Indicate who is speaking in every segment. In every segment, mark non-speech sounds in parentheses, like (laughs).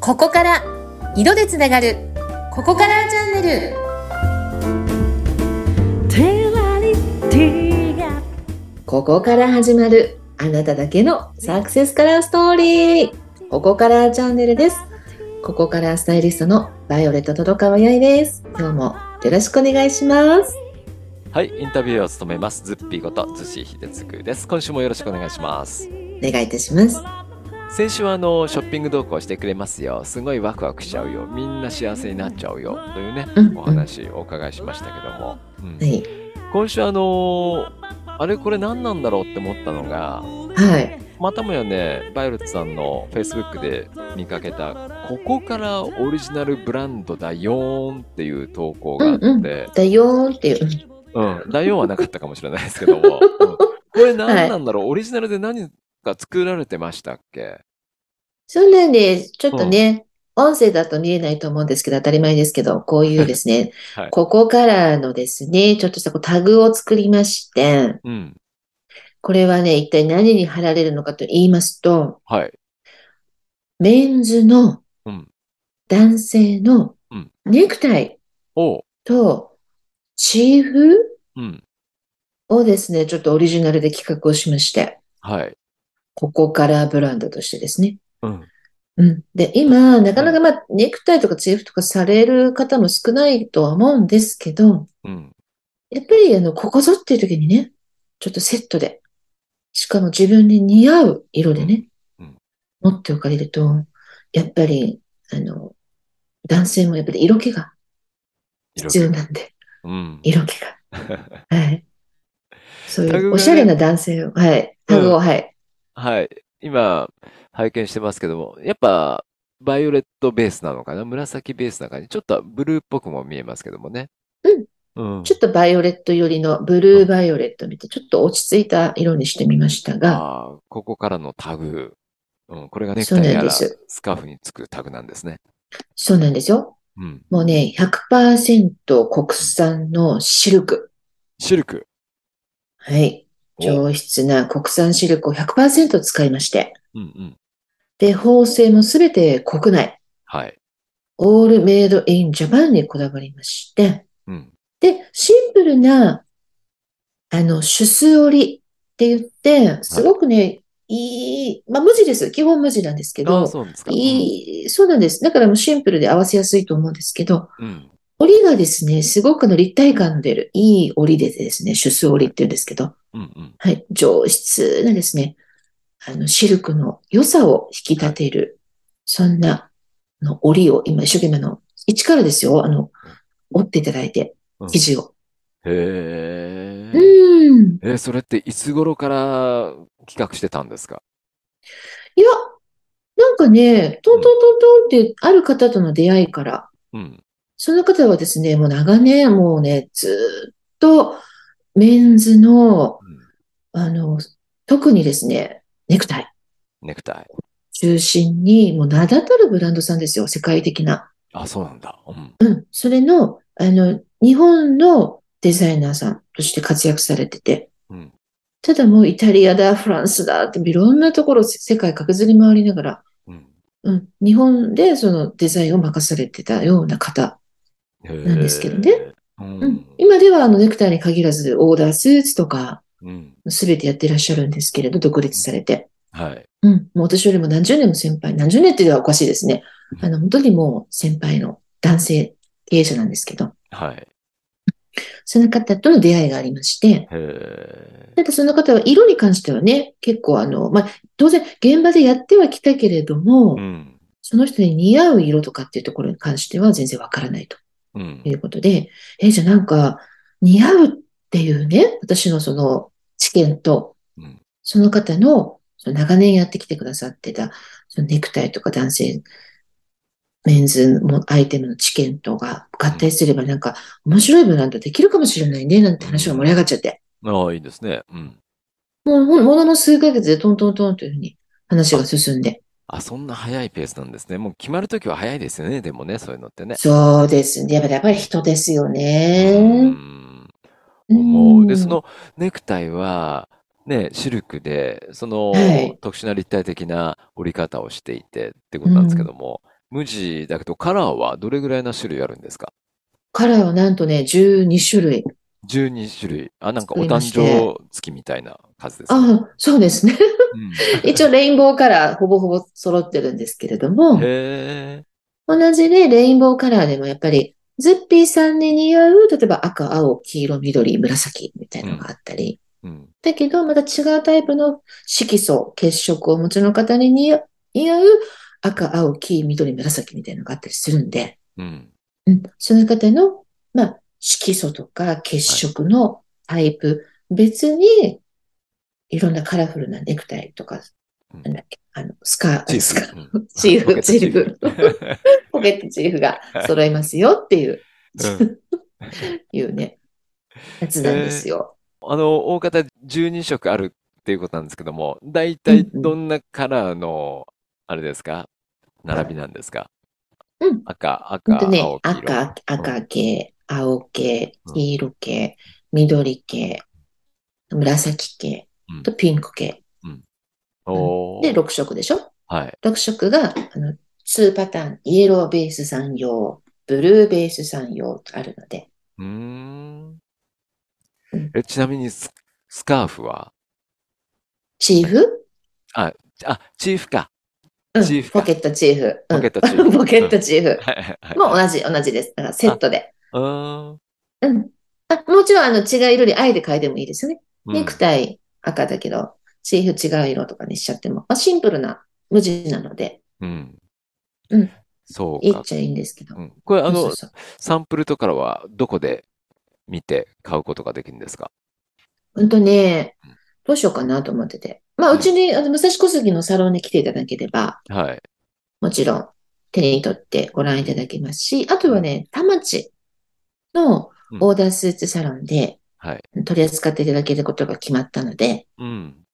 Speaker 1: ここから色でつながるここからチャンネル
Speaker 2: テラリティが
Speaker 3: ここから始まるあなただけのサクセスカラーストーリーここからチャンネルですここからスタイリストのバイオレットとどかわやいです今日もよろしくお願いします
Speaker 4: はい、インタビューを務めます、ズッピーこと、ズシヒデツクです。今週もよろしくお願いします。
Speaker 3: お願いいたします
Speaker 4: 先週はあの、ショッピング同行してくれますよ。すごいワクワクしちゃうよ。みんな幸せになっちゃうよ。というね、
Speaker 3: うんうん
Speaker 4: お話お伺いしましたけども。うん
Speaker 3: はい
Speaker 4: 今週あのあれこれ何なんだろうって思ったのが、
Speaker 3: はい
Speaker 4: またもやね、バイオレットさんの Facebook で見かけた、ここからオリジナルブランドだよーんっていう投稿があって、
Speaker 3: うんだよーんっていう
Speaker 4: うん、内容はなかったかもしれないですけ
Speaker 3: (laughs)
Speaker 4: ども、うんこれ何なんだろう、オリジナルで何か作られてましたっけ、
Speaker 3: そうなんです。ちょっとね、音声だと見えないと思うんですけど、当たり前ですけど、こういうですね
Speaker 4: (laughs) はい
Speaker 3: ここからのですね、ちょっとしたこうタグを作りまして、
Speaker 4: うん。
Speaker 3: これはね、一体何に貼られるのかと言いますと、
Speaker 4: はい。
Speaker 3: メンズの
Speaker 4: うん
Speaker 3: 男性の
Speaker 4: うん
Speaker 3: ネクタイ
Speaker 4: おう。
Speaker 3: とチーフ
Speaker 4: うん。
Speaker 3: をですね、ちょっとオリジナルで企画をしまして、
Speaker 4: はい。
Speaker 3: ここからブランドとしてですね。
Speaker 4: うん。
Speaker 3: うん。で、今、なかなかまあ、ネクタイとかチーフとかされる方も少ないとは思うんですけど、
Speaker 4: うん。
Speaker 3: やっぱり、あの、ここぞっていう時にね、ちょっとセットで、しかも自分に似合う色でね
Speaker 4: うんうん、
Speaker 3: 持っておかれると、やっぱり、あの、男性もやっぱり色気が
Speaker 4: 色
Speaker 3: 必
Speaker 4: 気
Speaker 3: 要なんで、
Speaker 4: うん。
Speaker 3: 色気
Speaker 4: (laughs)
Speaker 3: が。はい。そうい
Speaker 4: タグが
Speaker 3: う、
Speaker 4: ね
Speaker 3: おしゃれな男性を、はい、タグを、はい。
Speaker 4: はい。今、拝見してますけども、やっぱ、バイオレットベースなのかな紫ベースな感じ。ちょっとブルーっぽくも見えますけどもね。うん。うん。
Speaker 3: ちょっとバイオレット寄りの、ブルーバイオレット見て、ちょっと落ち着いた色にしてみましたが、
Speaker 4: ああ、ここからのタグ。うん。これがネク
Speaker 3: そう
Speaker 4: タイ
Speaker 3: な
Speaker 4: や
Speaker 3: んで
Speaker 4: ら
Speaker 3: す
Speaker 4: スカーフにつくタグなんですね。
Speaker 3: そうなんですよ。
Speaker 4: うん。
Speaker 3: もうね、100%国産のシルク。
Speaker 4: シルク。
Speaker 3: はい。
Speaker 4: お
Speaker 3: 上質な国産シルクを100%使いまして、
Speaker 4: うんうん。
Speaker 3: で、縫製もすべて国内、
Speaker 4: はい。
Speaker 3: オールメイドインジャパンにこだわりまして、
Speaker 4: うん。
Speaker 3: で、シンプルな、あの、手数織りって言って、すごくね、いい、まあ、無地です。基本無地なんですけ
Speaker 4: ああ、
Speaker 3: ど、
Speaker 4: そうですか。
Speaker 3: いい、そうなんです。だからもうシンプルで合わせやすいと思うんですけど、
Speaker 4: うん。うん。
Speaker 3: 織りがですね、すごくあの立体感の出る、いい織りでですね、手数織りって言うんですけど、
Speaker 4: うんうん。
Speaker 3: はい、上質なですね、あの、シルクの良さを引き立てる、そんな、あの、織りを今一生懸命あの、一からですよ、あの、織っていただいて
Speaker 4: うん、
Speaker 3: 生地を。
Speaker 4: へ
Speaker 3: う
Speaker 4: え。
Speaker 3: ん。
Speaker 4: え、それっていつ頃から企画してたんですか
Speaker 3: いや、なんかね、トントントントンってある方との出会いから、
Speaker 4: うん。
Speaker 3: その方はですね、もう長年、もうね、ずっと、メンズの、あの、特にですね、ネクタイ
Speaker 4: ネクタイ。
Speaker 3: 中心に、もう名だたるブランドさんですよ、世界的な。
Speaker 4: あ、そうなんだ。うん。
Speaker 3: うん、それの、あの、日本のデザイナーさんとして活躍されてて、
Speaker 4: うん。
Speaker 3: ただもうイタリアだ、フランスだっていろんなところせ世界駆けずり回りながら、
Speaker 4: うん。
Speaker 3: うん、日本でそのデザインを任されてたような方。
Speaker 4: なん
Speaker 3: ですけどね。
Speaker 4: う
Speaker 3: うんん、。今ではあのネクタイに限らずオーダースーツとか
Speaker 4: うん。
Speaker 3: すべてやってらっしゃるんですけれど、独立されて。
Speaker 4: はい。
Speaker 3: うん、もう私よりも何十年も先輩、何十年っていうのはおかしいですね。あの、本当にもう先輩の男性経営者なんですけど、
Speaker 4: はい。
Speaker 3: その方との出会いがありまして、
Speaker 4: へえ。
Speaker 3: ただその方は色に関してはね、結構あの、まあ、当然現場でやってはきたけれども、
Speaker 4: うん。
Speaker 3: その人に似合う色とかっていうところに関しては全然わからないと
Speaker 4: うん。
Speaker 3: いうことで、え、じゃあなんか似合うっていうね、私のその知見と
Speaker 4: うん、
Speaker 3: その方のその長年やってきてくださってた、そのネクタイとか男性、メンズもアイテムの知見とが合体すればなんか面白いブランドできるかもしれないね、なんて話が盛り上がっちゃって。
Speaker 4: ああ、いいですね。うん。
Speaker 3: もう、ほんものの数ヶ月でトントントンというふうに話が進んで。
Speaker 4: あ、そんな早いペースなんですね。もう決まるときは早いですよね。でもね、そういうのってね。
Speaker 3: そうですね。やっぱりやっぱり人ですよ
Speaker 4: う
Speaker 3: ね。
Speaker 4: ん。思う。で、そ
Speaker 3: ん、
Speaker 4: のネクタイは、ね、シルクで、その
Speaker 3: はい
Speaker 4: 特殊な立体的な織り方をしていてってことなんですけども、無地だけど、カラーはどれぐらいの種類あるんですか
Speaker 3: カラーはなんとね、12種類。
Speaker 4: ?12 種類。あ、なんかお
Speaker 3: 作りま
Speaker 4: 誕
Speaker 3: して
Speaker 4: 生月みたいな数ですね。
Speaker 3: あ、そうですね。
Speaker 4: うん
Speaker 3: 一応レインボーカラーほぼほぼ揃ってるんですけれども、
Speaker 4: へえ。
Speaker 3: 同じでレインボーカラーでもやっぱり、ズッピーさんに似合う、例えば赤、青、黄色、緑、紫みたいなのがあったり、
Speaker 4: うん。
Speaker 3: だけどまた違うタイプの色素、血色をお持ちの方に似合う似合う赤、青、黄、緑、紫みたいなのがあったりするんで、
Speaker 4: うん。
Speaker 3: うん、その方の、まあ、色素とか血色のタイプ、別に、いろんなカラフルなネクタイとか、
Speaker 4: うん
Speaker 3: なんだっけ、あの、スカー、
Speaker 4: チー
Speaker 3: ス
Speaker 4: ズ
Speaker 3: カー、チーフ、チーフ、ポケットチーフが揃いますよっていう、
Speaker 4: (laughs) うん
Speaker 3: いうね、やつなんですよ。
Speaker 4: あの、大方12色あるっていうことなんですけども、大体
Speaker 3: うんうん
Speaker 4: どんなカラーの、あれですか並びなんですか
Speaker 3: うん
Speaker 4: 赤、
Speaker 3: ほんと
Speaker 4: 赤、
Speaker 3: ね
Speaker 4: 青、、黄色。
Speaker 3: 赤、赤系、青系
Speaker 4: う、ん
Speaker 3: 黄色系、緑系、紫系
Speaker 4: うん、
Speaker 3: とピンク系。
Speaker 4: おー
Speaker 3: で、6色でしょ
Speaker 4: はい。
Speaker 3: 6色があの2パターン、イエローベースさん用、ブルーベースさん用とあるので、
Speaker 4: うーん
Speaker 3: うん。
Speaker 4: え、ちなみにス、スカーフは
Speaker 3: チーフ、
Speaker 4: あ、チーフか。
Speaker 3: うん
Speaker 4: チーフか
Speaker 3: ポケットチーフ、
Speaker 4: ポ
Speaker 3: うん
Speaker 4: ケットチー
Speaker 3: (laughs)
Speaker 4: フ。
Speaker 3: ポケットチーフ
Speaker 4: はいはいはい。
Speaker 3: もう同じ、同じです。だからセットで。
Speaker 4: うーん。
Speaker 3: うん、あもちろんあの違う色にあえて変えてもいいですよね。
Speaker 4: うん
Speaker 3: ネクタイ赤だけど、チーフ違う色とかにしちゃっても、まあ、シンプルな無地なので、
Speaker 4: うん。
Speaker 3: うん
Speaker 4: そう
Speaker 3: いい
Speaker 4: か
Speaker 3: っ。ちゃいいんですけど。
Speaker 4: うんこれ、あ
Speaker 3: そう
Speaker 4: の、
Speaker 3: そうそう
Speaker 4: サンプルとかはどこで見て買うことができるんですか
Speaker 3: 本当ね、どうしようかなと思ってて。まあ、うちに、あの、武蔵小杉のサロンに来ていただければ、
Speaker 4: はい。
Speaker 3: もちろん手に取ってご覧いただけますし、あとはね、田町のオーダースーツサロンで
Speaker 4: はい。
Speaker 3: 取り扱っていただけることが決まったので、
Speaker 4: うん。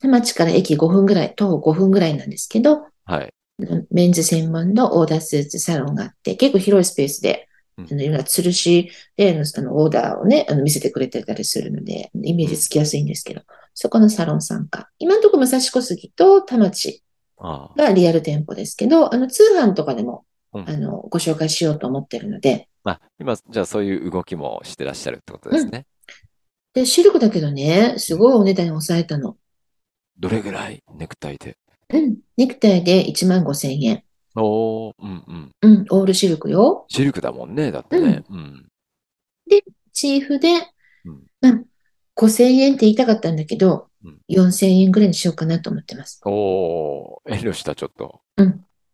Speaker 3: 田町から駅5分ぐらい、徒歩5分ぐらいなんですけど、
Speaker 4: はい。
Speaker 3: メンズ専門のオーダースーツサロンがあって、結構広いスペースで、
Speaker 4: うん
Speaker 3: あの、いろんな吊るしで、あの、あのオーダーをね、あの、見せてくれてたりするので、イメージつきやすいんですけど、そこのサロン参加。今のところ武蔵小杉と田町
Speaker 4: ああ。
Speaker 3: がリアル店舗ですけど、あの通販とかでも、
Speaker 4: うん
Speaker 3: あのご紹介しようと思ってるので、
Speaker 4: あ、今、じゃあそういう動きもしてらっしゃるってことですね。
Speaker 3: で、シルクだけどね、すごいお値段抑えたの。
Speaker 4: どれぐらいネクタイで。
Speaker 3: うん。ネクタイで1万5千円。
Speaker 4: おー、うんうん。
Speaker 3: うん。オールシルクよ。
Speaker 4: シルクだもんね、だってね。うん。
Speaker 3: チーフで、
Speaker 4: うん
Speaker 3: うん。5千円って言いたかったんだけど
Speaker 4: うん、
Speaker 3: 4千円ぐらいにしようかなと思ってます。
Speaker 4: おー、遠慮した、ちょっと。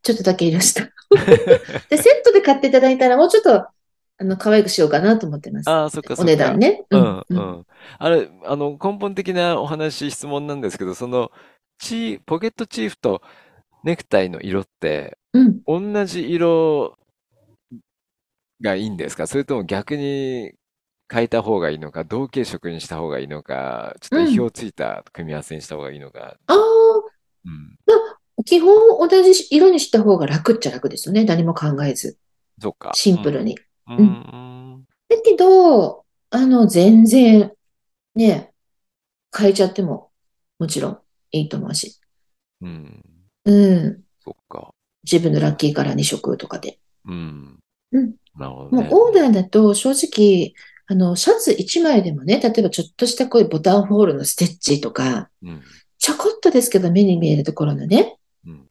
Speaker 3: ちょっとだけ入れま
Speaker 4: (laughs)
Speaker 3: した。で、セットで買っていただいたら、もうちょっと、あの、可愛くしようかなと思ってます。
Speaker 4: ああ、そっかそ
Speaker 3: お
Speaker 4: っ
Speaker 3: 値
Speaker 4: か。
Speaker 3: 段ね。
Speaker 4: うんうん。あれ、あの、根本的なお話、質問なんですけど、その、チー、ポケットチーフとネクタイの色って、
Speaker 3: うん。
Speaker 4: 同じ色がいいんですかそれとも逆に変えた方がいいのか、同系色にした方がいいのか、ちょっ
Speaker 3: う
Speaker 4: と
Speaker 3: ん
Speaker 4: 意表ついた組み合わせにした方がいいのか。
Speaker 3: ああ、
Speaker 4: うん。
Speaker 3: 基本同じ色にした方が楽っちゃ楽ですよね。何も考えず。
Speaker 4: そっか。
Speaker 3: シンプルに。
Speaker 4: うん。
Speaker 3: う
Speaker 4: うんん。
Speaker 3: だけど、あの、全然、ね、変えちゃっても、もちろんいいと思うし。
Speaker 4: うん。うん
Speaker 3: うん。
Speaker 4: そっか。
Speaker 3: 自分のラッキーカラー2色とかで。
Speaker 4: うん。
Speaker 3: うん
Speaker 4: なるほど
Speaker 3: もう
Speaker 4: ね。
Speaker 3: オーダーだと正直、あの、シャツ1枚でもね、例えばちょっとしたこういうボタンホールのステッチとか、
Speaker 4: うん。
Speaker 3: ちょこっとですけど目に見えるところのね、
Speaker 4: うん。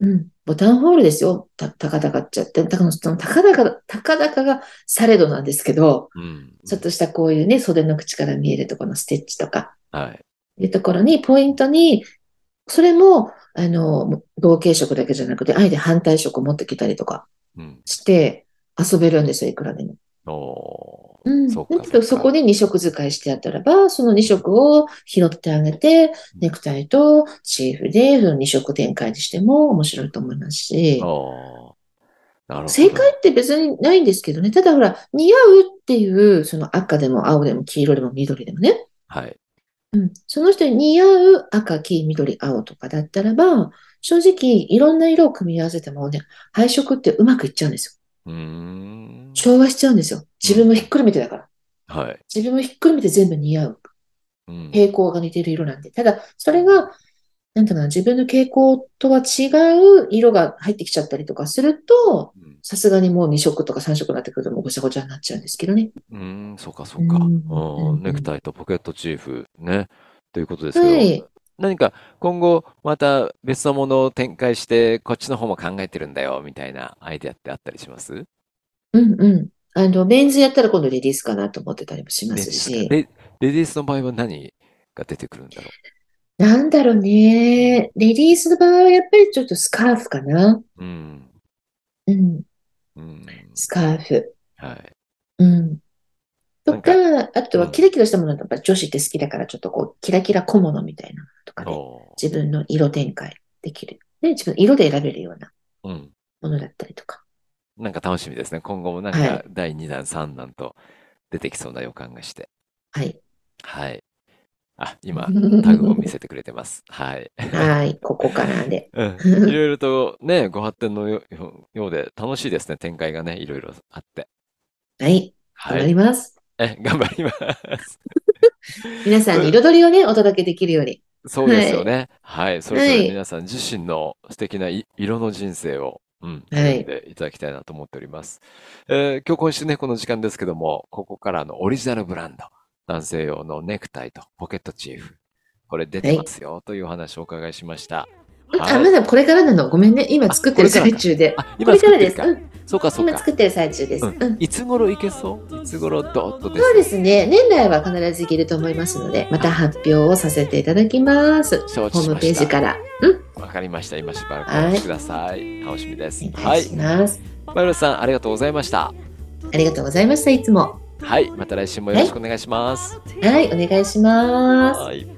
Speaker 3: うん、ボタンホールですよ。た、たかだかっちゃって、たかの、その、たかだか、たかだかがされどなんですけど、
Speaker 4: うん。
Speaker 3: ちょっとしたこういうね、袖の口から見えるところのステッチとか、
Speaker 4: はい。
Speaker 3: いうところに、ポイントに、それも、あの、同系色だけじゃなくて、あえて反対色を持ってきたりとか
Speaker 4: うん。
Speaker 3: して遊べるんですよ、いくらでも。
Speaker 4: おー。
Speaker 3: うん。
Speaker 4: そ
Speaker 3: だ
Speaker 4: っか
Speaker 3: けど、
Speaker 4: そ
Speaker 3: そ
Speaker 4: っか
Speaker 3: こで2色使いしてあったらば、その2色を拾ってあげて、ネクタイとチーフで、その2色展開にしても面白いと思いますし、
Speaker 4: おー。なるほ
Speaker 3: 正
Speaker 4: ど。
Speaker 3: 解って別にないんですけどね。ただほら、似合うっていう、その赤でも青でも黄色でも緑でもね。
Speaker 4: はい。
Speaker 3: うん、その人に似合う赤、黄、緑、青とかだったらば、正直いろんな色を組み合わせてもね、配色ってうまくいっちゃうんです
Speaker 4: うーん。
Speaker 3: よ。調和しちゃうんですよ。自分もひっくるめてだから。
Speaker 4: はい。
Speaker 3: 自分もひっくるめて全部似合う。
Speaker 4: うん。
Speaker 3: 平行が似てる色なんで。ただ、それがなんていうのかな、自分の傾向とは違う色が入ってきちゃったりとかすると、
Speaker 4: うん
Speaker 3: さすがにもう2色とか3色になってくるともうごちゃごちゃになっちゃうんですけどね。
Speaker 4: うーん、そうか、そうか。
Speaker 3: うん
Speaker 4: うん
Speaker 3: うん
Speaker 4: ネクタイとポケットチーフ、ね。ということです
Speaker 3: は
Speaker 4: け
Speaker 3: い
Speaker 4: ど、。何か今後また別のものを展開して、こっちの方も考えてるんだよ、みたいなアイデアってあったりします
Speaker 3: うんうん。あの、メンズやったら今度レディースかなと思ってたりもしま
Speaker 4: レ
Speaker 3: す
Speaker 4: ディー
Speaker 3: し。
Speaker 4: スレレディースの場合は何が出てくるんだろ
Speaker 3: なんだろうね。レディースの場合はやっぱりちょっとスカーフかな。
Speaker 4: う。うん。
Speaker 3: うん。
Speaker 4: うん。
Speaker 3: スカーフ。
Speaker 4: はい。
Speaker 3: うん。とか、あと
Speaker 4: う
Speaker 3: は
Speaker 4: ん
Speaker 3: キラキラしたものとか女子って好きだからちょっとこう、キラキラ小物みたいなのとかね。
Speaker 4: お
Speaker 3: 自分の色展開できる。ね、自分の色で選べるような
Speaker 4: ーうん。
Speaker 3: ものだったりとか。
Speaker 4: なんか楽しみですね。今後もなん
Speaker 3: は
Speaker 4: か
Speaker 3: い
Speaker 4: 第2弾、3弾と出てきそうな予感がして。
Speaker 3: はい。
Speaker 4: はい。あ、今、タグを見せてくれてます。はい。
Speaker 3: (laughs) はい。ここからで。
Speaker 4: うんい
Speaker 3: (laughs)
Speaker 4: ろいろとね、ご発展のよよようで楽しいですね。展開がね、いろいろあって。
Speaker 3: はい。
Speaker 4: は
Speaker 3: 頑張
Speaker 4: い。
Speaker 3: ります。
Speaker 4: え、頑張ります。
Speaker 3: 皆さんに彩りをね、お届けできるように。
Speaker 4: そうですよね。はい。それぞれ
Speaker 3: はい
Speaker 4: 皆さん自身の素敵ない色の人生を、うん、
Speaker 3: はい
Speaker 4: 歩んでいただきたいなと思っております。えー今日今週ね、この時間ですけども、ここからのオリジナルブランド、男性用のネクタイとポケットチーフ、これ出てますよというお話をお伺いしました。
Speaker 3: あ、まだこれからなの。ごめんね。今作ってる最中で。
Speaker 4: あ、
Speaker 3: こ
Speaker 4: 今
Speaker 3: れか
Speaker 4: 作っ
Speaker 3: ら
Speaker 4: て
Speaker 3: で
Speaker 4: る
Speaker 3: す。
Speaker 4: か
Speaker 3: う。ん。
Speaker 4: そうか、そう
Speaker 3: 今
Speaker 4: か。
Speaker 3: 作ってる最中です。
Speaker 4: う
Speaker 3: うんん。
Speaker 4: いつ頃いけそういつ頃どーっとです
Speaker 3: そうですね。年内は必ずいけると思いますので、また発表をさせていただきます。
Speaker 4: 承知
Speaker 3: ホ
Speaker 4: し
Speaker 3: ーム
Speaker 4: ま
Speaker 3: ペー
Speaker 4: し
Speaker 3: ジ
Speaker 4: た。
Speaker 3: から。うん。
Speaker 4: わかりました。今しばらくお待ちください。楽しみです。
Speaker 3: お
Speaker 4: は
Speaker 3: 願い
Speaker 4: い
Speaker 3: し。ます。
Speaker 4: マイロさん、ありがとうございました。
Speaker 3: ありがとうございました。いつも。
Speaker 4: はい。また来週もよろしくお願いします。
Speaker 3: はい。お願いします。
Speaker 4: はい。